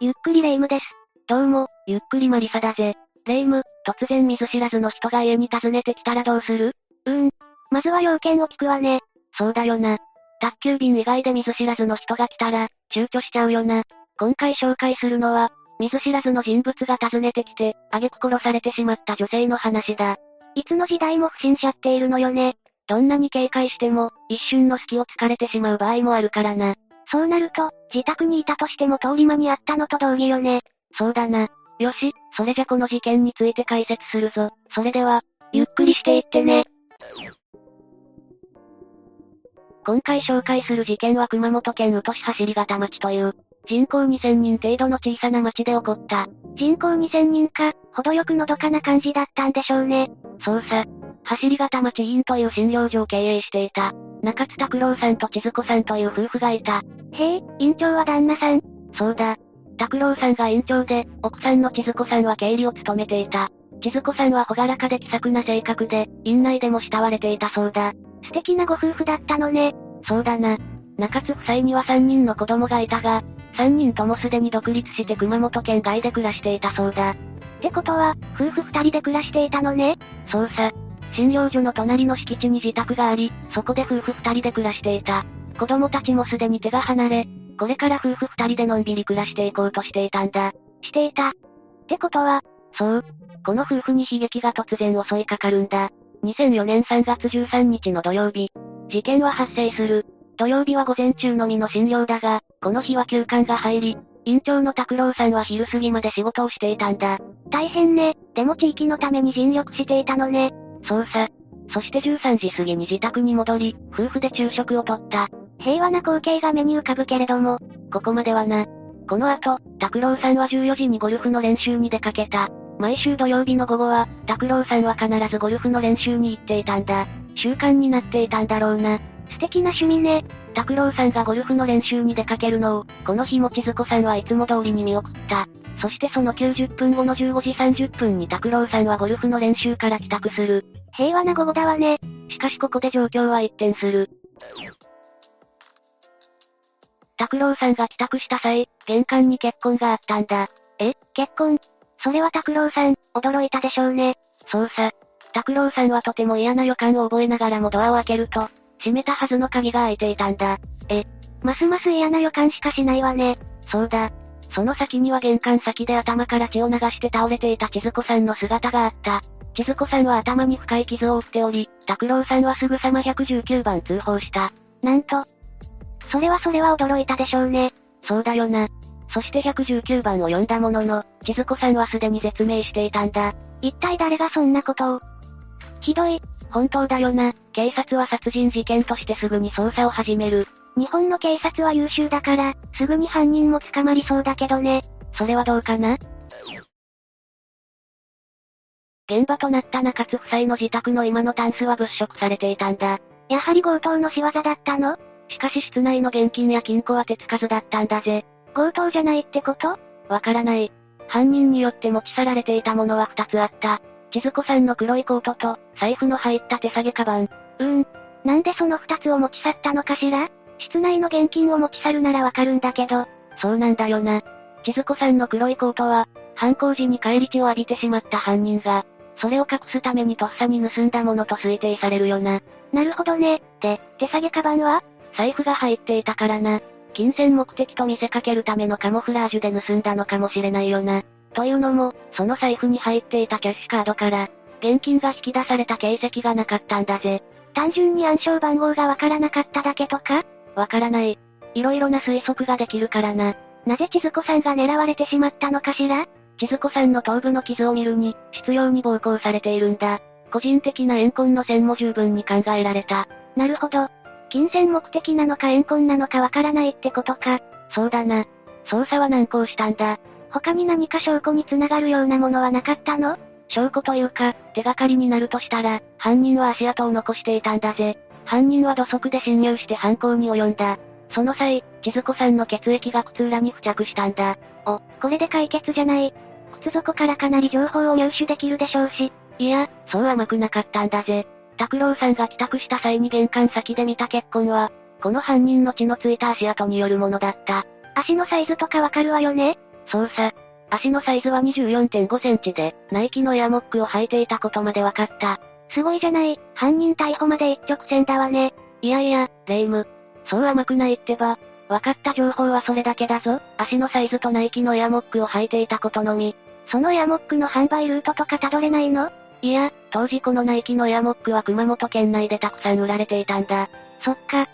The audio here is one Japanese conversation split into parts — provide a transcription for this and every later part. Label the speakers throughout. Speaker 1: ゆっくりレ夢ムです。
Speaker 2: どうも、ゆっくりマリサだぜ。レ夢ム、突然見ず知らずの人が家に訪ねてきたらどうする
Speaker 1: うーん。まずは要件を聞くわね。
Speaker 2: そうだよな。宅急便以外で見ず知らずの人が来たら、躊躇しちゃうよな。今回紹介するのは、見ず知らずの人物が訪ねてきて、挙句殺されてしまった女性の話だ。
Speaker 1: いつの時代も不審者っているのよね。
Speaker 2: どんなに警戒しても、一瞬の隙を突かれてしまう場合もあるからな。
Speaker 1: そうなると、自宅にいたとしても通り魔にあったのと同義よね。
Speaker 2: そうだな。よし、それじゃこの事件について解説するぞ。それでは、
Speaker 1: ゆっくりしていってね。
Speaker 2: 今回紹介する事件は熊本県宇土市走り方町という、人口2000人程度の小さな町で起こった。
Speaker 1: 人口2000人か、程よくのどかな感じだったんでしょうね。
Speaker 2: そうさ。走り方町委員という診療所を経営していた。中津拓郎さんと千鶴子さんという夫婦がいた。
Speaker 1: へえ、院長は旦那さん。
Speaker 2: そうだ。拓郎さんが院長で、奥さんの千鶴子さんは経理を務めていた。千鶴子さんは朗らかで気さくな性格で、院内でも慕われていたそうだ。
Speaker 1: 素敵なご夫婦だったのね。
Speaker 2: そうだな。中津夫妻には3人の子供がいたが、3人ともすでに独立して熊本県外で暮らしていたそうだ。
Speaker 1: ってことは、夫婦二人で暮らしていたのね。
Speaker 2: そうさ。診療所の隣の敷地に自宅があり、そこで夫婦二人で暮らしていた。子供たちもすでに手が離れ、これから夫婦二人でのんびり暮らしていこうとしていたんだ。
Speaker 1: していた。ってことは、
Speaker 2: そう。この夫婦に悲劇が突然襲いかかるんだ。2004年3月13日の土曜日。事件は発生する。土曜日は午前中のみの診療だが、この日は休館が入り、院長の拓郎さんは昼過ぎまで仕事をしていたんだ。
Speaker 1: 大変ね。でも地域のために尽力していたのね。
Speaker 2: そうさ。そして13時過ぎに自宅に戻り、夫婦で昼食をとった。
Speaker 1: 平和な光景が目に浮かぶけれども、
Speaker 2: ここまではな。この後、拓郎さんは14時にゴルフの練習に出かけた。毎週土曜日の午後は、拓郎さんは必ずゴルフの練習に行っていたんだ。習慣になっていたんだろうな。
Speaker 1: 素敵な趣味ね。
Speaker 2: 拓郎さんがゴルフの練習に出かけるのを、この日も千鶴子さんはいつも通りに見送った。そしてその90分後の15時30分に拓郎さんはゴルフの練習から帰宅する。
Speaker 1: 平和な午後だわね。
Speaker 2: しかしここで状況は一転する。拓郎さんが帰宅した際、玄関に血痕があったんだ。
Speaker 1: え、結婚。それは拓郎さん、驚いたでしょうね。
Speaker 2: そうさ。拓郎さんはとても嫌な予感を覚えながらもドアを開けると、閉めたはずの鍵が開いていたんだ。
Speaker 1: ますます嫌な予感しかしないわね。
Speaker 2: そうだ。その先には玄関先で頭から血を流して倒れていた千鶴子さんの姿があった。千鶴子さんは頭に深い傷を負っており、拓郎さんはすぐさま119番通報した。
Speaker 1: なんと。それはそれは驚いたでしょうね。
Speaker 2: そうだよな。そして119番を呼んだものの、千鶴子さんはすでに絶命していたんだ。
Speaker 1: 一体誰がそんなことを。ひどい。
Speaker 2: 本当だよな。警察は殺人事件としてすぐに捜査を始める。
Speaker 1: 日本の警察は優秀だから、すぐに犯人も捕まりそうだけどね。
Speaker 2: それはどうかな現場となった中津夫妻の自宅の今のタンスは物色されていたんだ。
Speaker 1: やはり強盗の仕業だったの
Speaker 2: しかし室内の現金や金庫は手つかずだったんだぜ。
Speaker 1: 強盗じゃないってこと
Speaker 2: わからない。犯人によって持ち去られていたものは2つあった。千鶴子さんの黒いコートと、財布の入った手提げカバン。
Speaker 1: うーん。なんでその二つを持ち去ったのかしら室内の現金を持ち去るならわかるんだけど、
Speaker 2: そうなんだよな。千鶴子さんの黒いコートは、犯行時に帰り血を浴びてしまった犯人が、それを隠すためにとっさに盗んだものと推定されるよな。
Speaker 1: なるほどね。で、手提げカバンは
Speaker 2: 財布が入っていたからな。金銭目的と見せかけるためのカモフラージュで盗んだのかもしれないよな。というのも、その財布に入っていたキャッシュカードから、現金が引き出された形跡がなかったんだぜ。
Speaker 1: 単純に暗証番号がわからなかっただけとか
Speaker 2: わからない。いろいろな推測ができるからな。
Speaker 1: なぜ千鶴子さんが狙われてしまったのかしら
Speaker 2: 千鶴子さんの頭部の傷を見るに、執拗に暴行されているんだ。個人的な怨恨の線も十分に考えられた。
Speaker 1: なるほど。金銭目的なのか怨恨なのかわからないってことか。
Speaker 2: そうだな。捜査は難航したんだ。
Speaker 1: 他に何か証拠に繋がるようなものはなかったの
Speaker 2: 証拠というか、手がかりになるとしたら、犯人は足跡を残していたんだぜ。犯人は土足で侵入して犯行に及んだ。その際、千鶴子さんの血液が靴裏に付着したんだ。
Speaker 1: お、これで解決じゃない。靴底からかなり情報を入手できるでしょうし、
Speaker 2: いや、そう甘くなかったんだぜ。拓郎さんが帰宅した際に玄関先で見た血痕は、この犯人の血のついた足跡によるものだった。
Speaker 1: 足のサイズとかわかるわよね
Speaker 2: 操作。足のサイズは24.5センチで、ナイキのエアモックを履いていたことまで分かった。
Speaker 1: すごいじゃない、犯人逮捕まで一直線だわね。
Speaker 2: いやいや、レイム。そう甘くないってば。分かった情報はそれだけだぞ。足のサイズとナイキのエアモックを履いていたことのみ。
Speaker 1: そのエアモックの販売ルートとか辿れないの
Speaker 2: いや、当時このナイキのエアモックは熊本県内でたくさん売られていたんだ。
Speaker 1: そっか。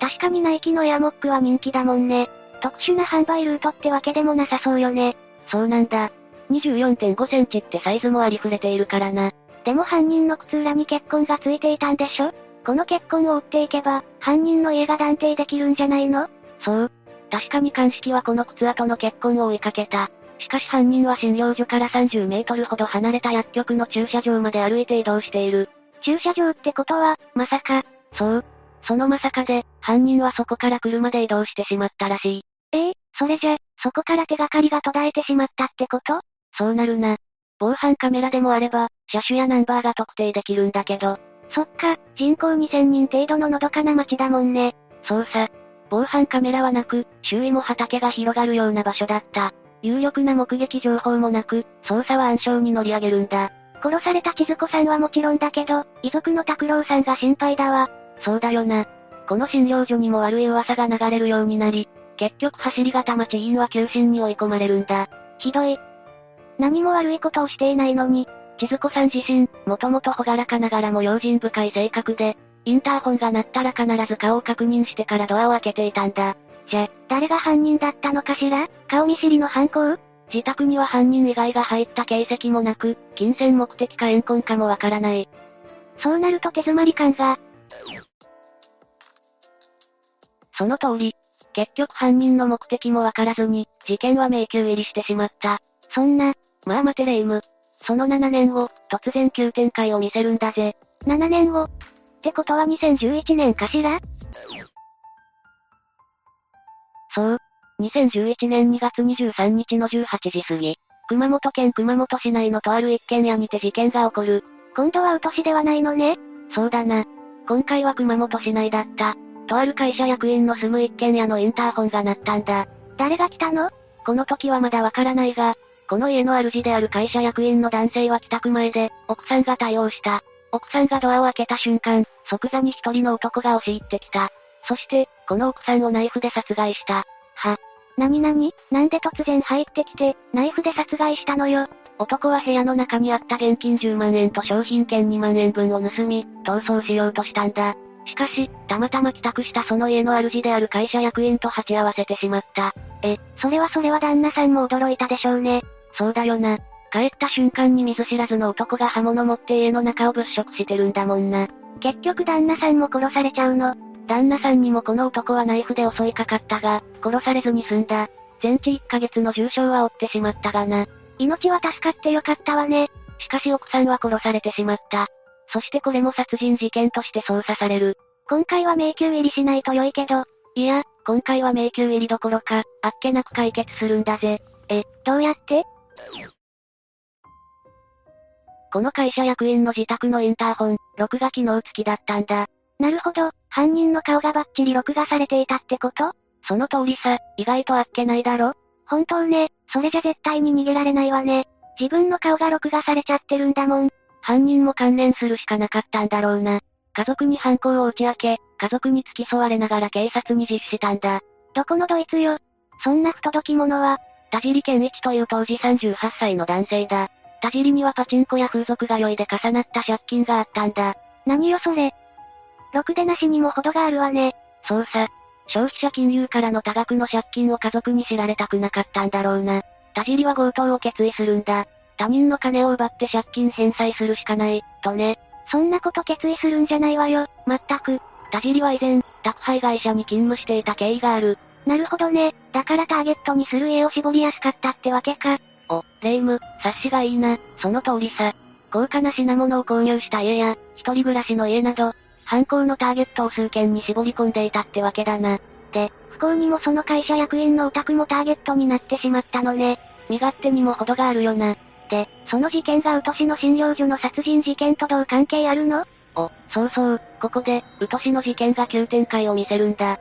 Speaker 1: 確かにナイキのエアモックは人気だもんね。特殊な販売ルートってわけでもなさそうよね。
Speaker 2: そうなんだ。24.5センチってサイズもありふれているからな。
Speaker 1: でも犯人の靴裏に血痕がついていたんでしょこの血痕を追っていけば、犯人の家が断定できるんじゃないの
Speaker 2: そう。確かに鑑識はこの靴跡の血痕を追いかけた。しかし犯人は診療所から30メートルほど離れた薬局の駐車場まで歩いて移動している。
Speaker 1: 駐車場ってことは、まさか、
Speaker 2: そう。そのまさかで、犯人はそこから車で移動してしまったらしい。
Speaker 1: ええそれじゃ、そこから手がかりが途絶えてしまったってこと
Speaker 2: そうなるな。防犯カメラでもあれば、車種やナンバーが特定できるんだけど、
Speaker 1: そっか、人口2000人程度ののどかな町だもんね。
Speaker 2: 操作。防犯カメラはなく、周囲も畑が広がるような場所だった。有力な目撃情報もなく、捜査は暗礁に乗り上げるんだ。
Speaker 1: 殺された千鶴子さんはもちろんだけど、遺族の拓郎さんが心配だわ。
Speaker 2: そうだよな。この診療所にも悪い噂が流れるようになり、結局走り方町委員は急進に追い込まれるんだ。
Speaker 1: ひどい。何も悪いことをしていないのに、
Speaker 2: 千鶴子さん自身、もともと朗らかながらも用心深い性格で、インターホンが鳴ったら必ず顔を確認してからドアを開けていたんだ。
Speaker 1: 誰が犯人だったのかしら顔見知りの犯行
Speaker 2: 自宅には犯人以外が入った形跡もなく、金銭目的か怨恨かもわからない。
Speaker 1: そうなると手詰まり感が、
Speaker 2: その通り。結局犯人の目的もわからずに、事件は迷宮入りしてしまった。
Speaker 1: そんな、
Speaker 2: まあ待てレイム。その7年後、突然急展開を見せるんだぜ。
Speaker 1: 7年後。ってことは2011年かしら
Speaker 2: そう。2011年2月23日の18時過ぎ、熊本県熊本市内のとある一軒家にて事件が起こる。
Speaker 1: 今度はうとしではないのね。
Speaker 2: そうだな。今回は熊本市内だった。とある会社役員の住む一軒家のインターホンが鳴ったんだ。
Speaker 1: 誰が来たの
Speaker 2: この時はまだわからないが、この家の主である会社役員の男性は帰宅前で、奥さんが対応した。奥さんがドアを開けた瞬間、即座に一人の男が押し入ってきた。そして、この奥さんをナイフで殺害した。
Speaker 1: なになになんで突然入ってきて、ナイフで殺害したのよ。
Speaker 2: 男は部屋の中にあった現金10万円と商品券2万円分を盗み、逃走しようとしたんだ。しかし、たまたま帰宅したその家の主である会社役員と鉢合わせてしまった。
Speaker 1: それはそれは旦那さんも驚いたでしょうね。
Speaker 2: そうだよな。帰った瞬間に見ず知らずの男が刃物持って家の中を物色してるんだもんな。
Speaker 1: 結局旦那さんも殺されちゃうの。
Speaker 2: 旦那さんにもこの男はナイフで襲いかかったが、殺されずに済んだ。全治1ヶ月の重傷は負ってしまったがな。
Speaker 1: 命は助かってよかったわね。
Speaker 2: しかし奥さんは殺されてしまった。そしてこれも殺人事件として捜査される。
Speaker 1: 今回は迷宮入りしないと良いけど、
Speaker 2: いや、今回は迷宮入りどころか、あっけなく解決するんだぜ。
Speaker 1: どうやって
Speaker 2: この会社役員の自宅のインターホン、録画機能付きだったんだ。
Speaker 1: なるほど、犯人の顔がバッチリ録画されていたってこと
Speaker 2: その通りさ、意外とあっけないだろ
Speaker 1: 本当ね、それじゃ絶対に逃げられないわね。自分の顔が録画されちゃってるんだもん。
Speaker 2: 犯人も関連するしかなかったんだろうな。家族に犯行を打ち明け、家族に付き添われながら警察に実施したんだ。
Speaker 1: どこのドイツよ。そんな不届き者は、
Speaker 2: 田尻健一という当時38歳の男性だ。田尻にはパチンコや風俗が酔いで重なった借金があったんだ。
Speaker 1: 何よそれ。ろくでなしにも程があるわね。
Speaker 2: 捜査。消費者金融からの多額の借金を家族に知られたくなかったんだろうな。田尻は強盗を決意するんだ。他人の金を奪って借金返済するしかない、とね。
Speaker 1: そんなこと決意するんじゃないわよ。まったく。
Speaker 2: 田尻は以前、宅配会社に勤務していた経緯がある。
Speaker 1: なるほどね。だからターゲットにする家を絞りやすかったってわけか。
Speaker 2: お、レイム、察しがいいな、その通りさ。高価な品物を購入した家や、一人暮らしの家など、犯行のターゲットを数件に絞り込んでいたってわけだな。
Speaker 1: 不幸にもその会社役員のオタクもターゲットになってしまったのね。
Speaker 2: 身勝手にも程があるよな。
Speaker 1: で、その事件がウトシの診療所の殺人事件とどう関係あるの
Speaker 2: お、そうそう、ここで、ウトシの事件が急展開を見せるんだ。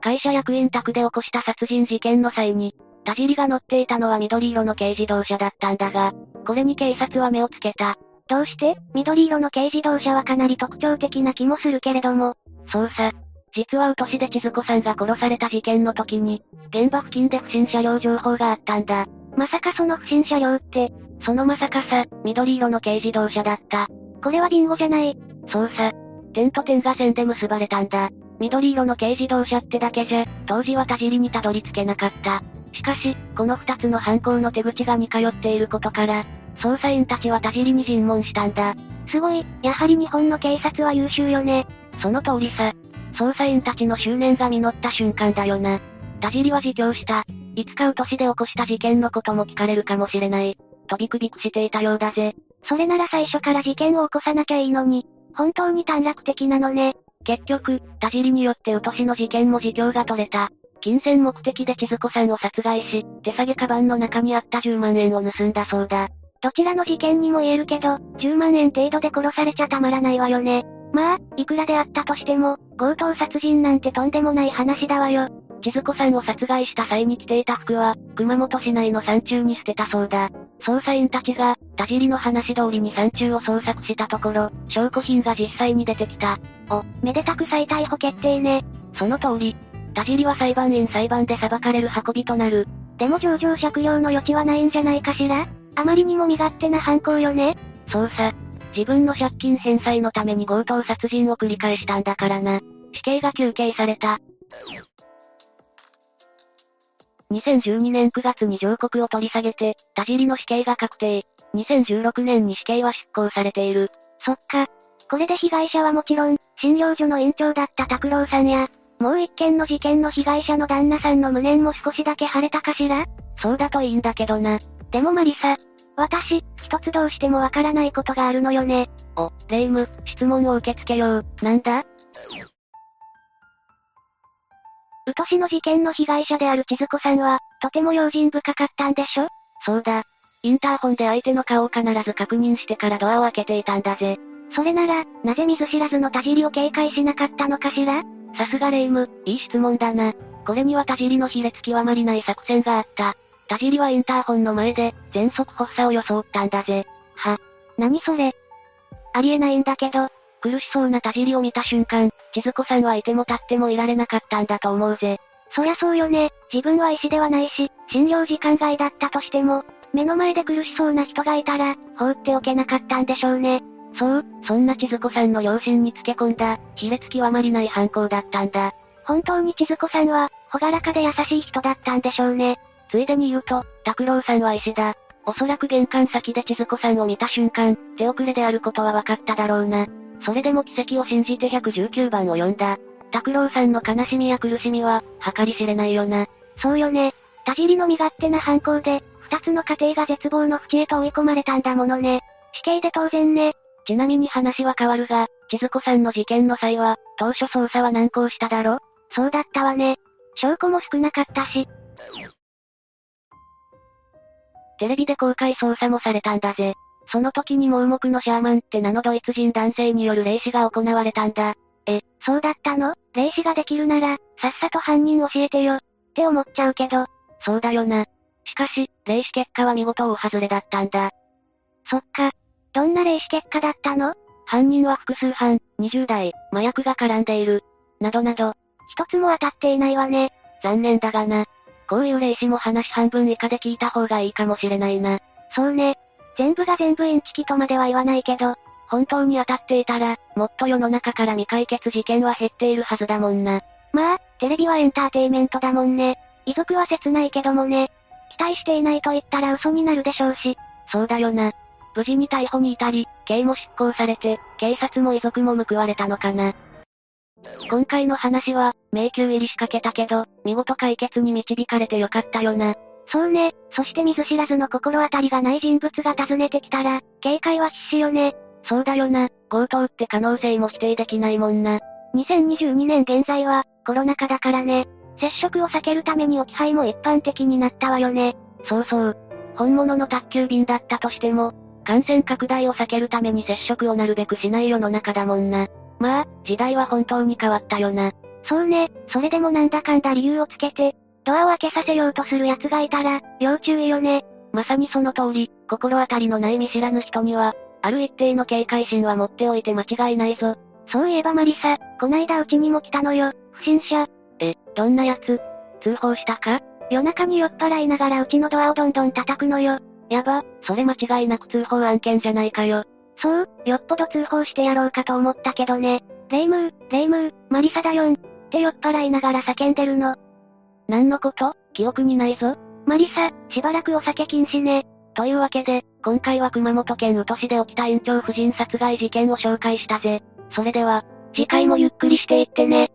Speaker 2: 会社役員宅で起こした殺人事件の際に、田尻が乗っていたのは緑色の軽自動車だったんだが、これに警察は目をつけた。
Speaker 1: どうして緑色の軽自動車はかなり特徴的な気もするけれども、
Speaker 2: 捜査。実はウト市で千鶴子さんが殺された事件の時に、現場付近で不審車両情報があったんだ。
Speaker 1: まさかその不審車両って、
Speaker 2: そのまさかさ、緑色の軽自動車だった。
Speaker 1: これはビンゴじゃない。
Speaker 2: 捜査。点と点が線で結ばれたんだ。緑色の軽自動車ってだけじゃ、当時は田尻にたどり着けなかった。しかし、この二つの犯行の手口が似通っていることから、捜査員たちは田尻に尋問したんだ。
Speaker 1: すごい、やはり日本の警察は優秀よね。
Speaker 2: その通りさ。捜査員たちの執念が実った瞬間だよな。田尻は自供した。いつかうとしで起こした事件のことも聞かれるかもしれない。とびくびくしていたようだぜ。
Speaker 1: それなら最初から事件を起こさなきゃいいのに、本当に短絡的なのね。
Speaker 2: 結局、田尻によってうとしの事件も自供が取れた。金銭目的で千鶴子さんを殺害し、手提げカバンの中にあった10万円を盗んだそうだ。
Speaker 1: どちらの事件にも言えるけど、10万円程度で殺されちゃたまらないわよね。まあ、いくらであったとしても、強盗殺人なんてとんでもない話だわよ。
Speaker 2: 千鶴子さんを殺害した際に着ていた服は、熊本市内の山中に捨てたそうだ。捜査員たちが、田尻の話通りに山中を捜索したところ、証拠品が実際に出てきた。
Speaker 1: お、めでたく再逮捕決定ね。
Speaker 2: その通り。田尻は裁判員裁判で裁かれる運びとなる。
Speaker 1: でも上場酌量の余地はないんじゃないかしらあまりにも身勝手な犯行よね。
Speaker 2: 捜査。自分の借金返済のために強盗殺人を繰り返したんだからな。死刑が求刑された。2012年9月に上告を取り下げて、田尻の死刑が確定。2016年に死刑は執行されている。
Speaker 1: そっか。これで被害者はもちろん、診療所の院長だった拓郎さんや、もう一件の事件の被害者の旦那さんの無念も少しだけ晴れたかしら
Speaker 2: そうだといいんだけどな。
Speaker 1: でもマリサ、私、一つどうしてもわからないことがあるのよね。
Speaker 2: お、レイム、質問を受け付けよう。なんだ
Speaker 1: うとしの事件の被害者である千鶴子さんは、とても用心深かったんでしょ
Speaker 2: そうだ。インターホンで相手の顔を必ず確認してからドアを開けていたんだぜ。
Speaker 1: それなら、なぜ見ず知らずの田尻を警戒しなかったのかしら
Speaker 2: さすがレイム、いい質問だな。これには田尻の卑劣極まりない作戦があった。田尻はインターホンの前で、全速発作を装ったんだぜ。
Speaker 1: 何それありえないんだけど、
Speaker 2: 苦しそうな田尻を見た瞬間、千鶴子さんはいても立ってもいられなかったんだと思うぜ。
Speaker 1: そりゃそうよね。自分は医師ではないし、診療時間外だったとしても、目の前で苦しそうな人がいたら、放っておけなかったんでしょうね。
Speaker 2: そう、そんな千鶴子さんの良心につけ込んだ、卑劣極まりない犯行だったんだ。
Speaker 1: 本当に千鶴子さんは、ほがらかで優しい人だったんでしょうね。
Speaker 2: ついでに言うと、拓郎さんは医師だ。おそらく玄関先で千鶴子さんを見た瞬間、手遅れであることは分かっただろうな。それでも奇跡を信じて119番を呼んだ。拓郎さんの悲しみや苦しみは、計り知れないよな。
Speaker 1: そうよね。田尻の身勝手な犯行で、二つの家庭が絶望の淵へと追い込まれたんだものね。死刑で当然ね。
Speaker 2: ちなみに話は変わるが、千鶴子さんの事件の際は、当初捜査は難航しただろ
Speaker 1: そうだったわね。証拠も少なかったし、
Speaker 2: テレビで公開捜査もされたんだぜ。その時に盲目のシャーマンって名のドイツ人男性による霊視が行われたんだ。
Speaker 1: そうだったの霊視ができるなら、さっさと犯人教えてよ。って思っちゃうけど、
Speaker 2: そうだよな。しかし、霊視結果は見事大外れだったんだ。
Speaker 1: そっか。どんな霊視結果だったの
Speaker 2: 犯人は複数犯、20代、麻薬が絡んでいる。などなど、
Speaker 1: 一つも当たっていないわね。
Speaker 2: 残念だがな。こういう霊視も話半分以下で聞いた方がいいかもしれないな。
Speaker 1: そうね。全部が全部インチキとまでは言わないけど、
Speaker 2: 本当に当たっていたら、もっと世の中から未解決事件は減っているはずだもんな。
Speaker 1: まあ、テレビはエンターテイメントだもんね。遺族は切ないけどもね。期待していないと言ったら嘘になるでしょうし、
Speaker 2: そうだよな。無事に逮捕に至り、刑も執行されて、警察も遺族も報われたのかな。今回の話は、迷宮入りしかけたけど、見事解決に導かれてよかったよな。
Speaker 1: そうね。そして見ず知らずの心当たりがない人物が訪ねてきたら、警戒は必至よね。
Speaker 2: そうだよな、強盗って可能性も否定できないもんな。
Speaker 1: 2022年現在は、コロナ禍だからね。接触を避けるために置き配も一般的になったわよね。
Speaker 2: そうそう。本物の宅急便だったとしても、感染拡大を避けるために接触をなるべくしない世の中だもんな。まあ、時代は本当に変わったよな。
Speaker 1: そうね、それでもなんだかんだ理由をつけて、ドアを開けさせようとする奴がいたら、要注意よね。
Speaker 2: まさにその通り、心当たりのない見知らぬ人には、ある一定の警戒心は持っておいて間違いないぞ。
Speaker 1: そういえばマリサ、こないだうちにも来たのよ、不審者。
Speaker 2: え、どんなやつ通報したか
Speaker 1: 夜中に酔っ払いながらうちのドアをどんどん叩くのよ。
Speaker 2: やば、それ間違いなく通報案件じゃないかよ。
Speaker 1: そう、よっぽど通報してやろうかと思ったけどね。レイムー、レイムー、マリサだよん。って酔っ払いながら叫んでるの。
Speaker 2: 何のこと記憶にないぞ。
Speaker 1: マリサ、しばらくお酒禁止ね。
Speaker 2: というわけで、今回は熊本県宇土市で起きた院長夫人殺害事件を紹介したぜ。それでは、
Speaker 1: 次回もゆっくりしていってね。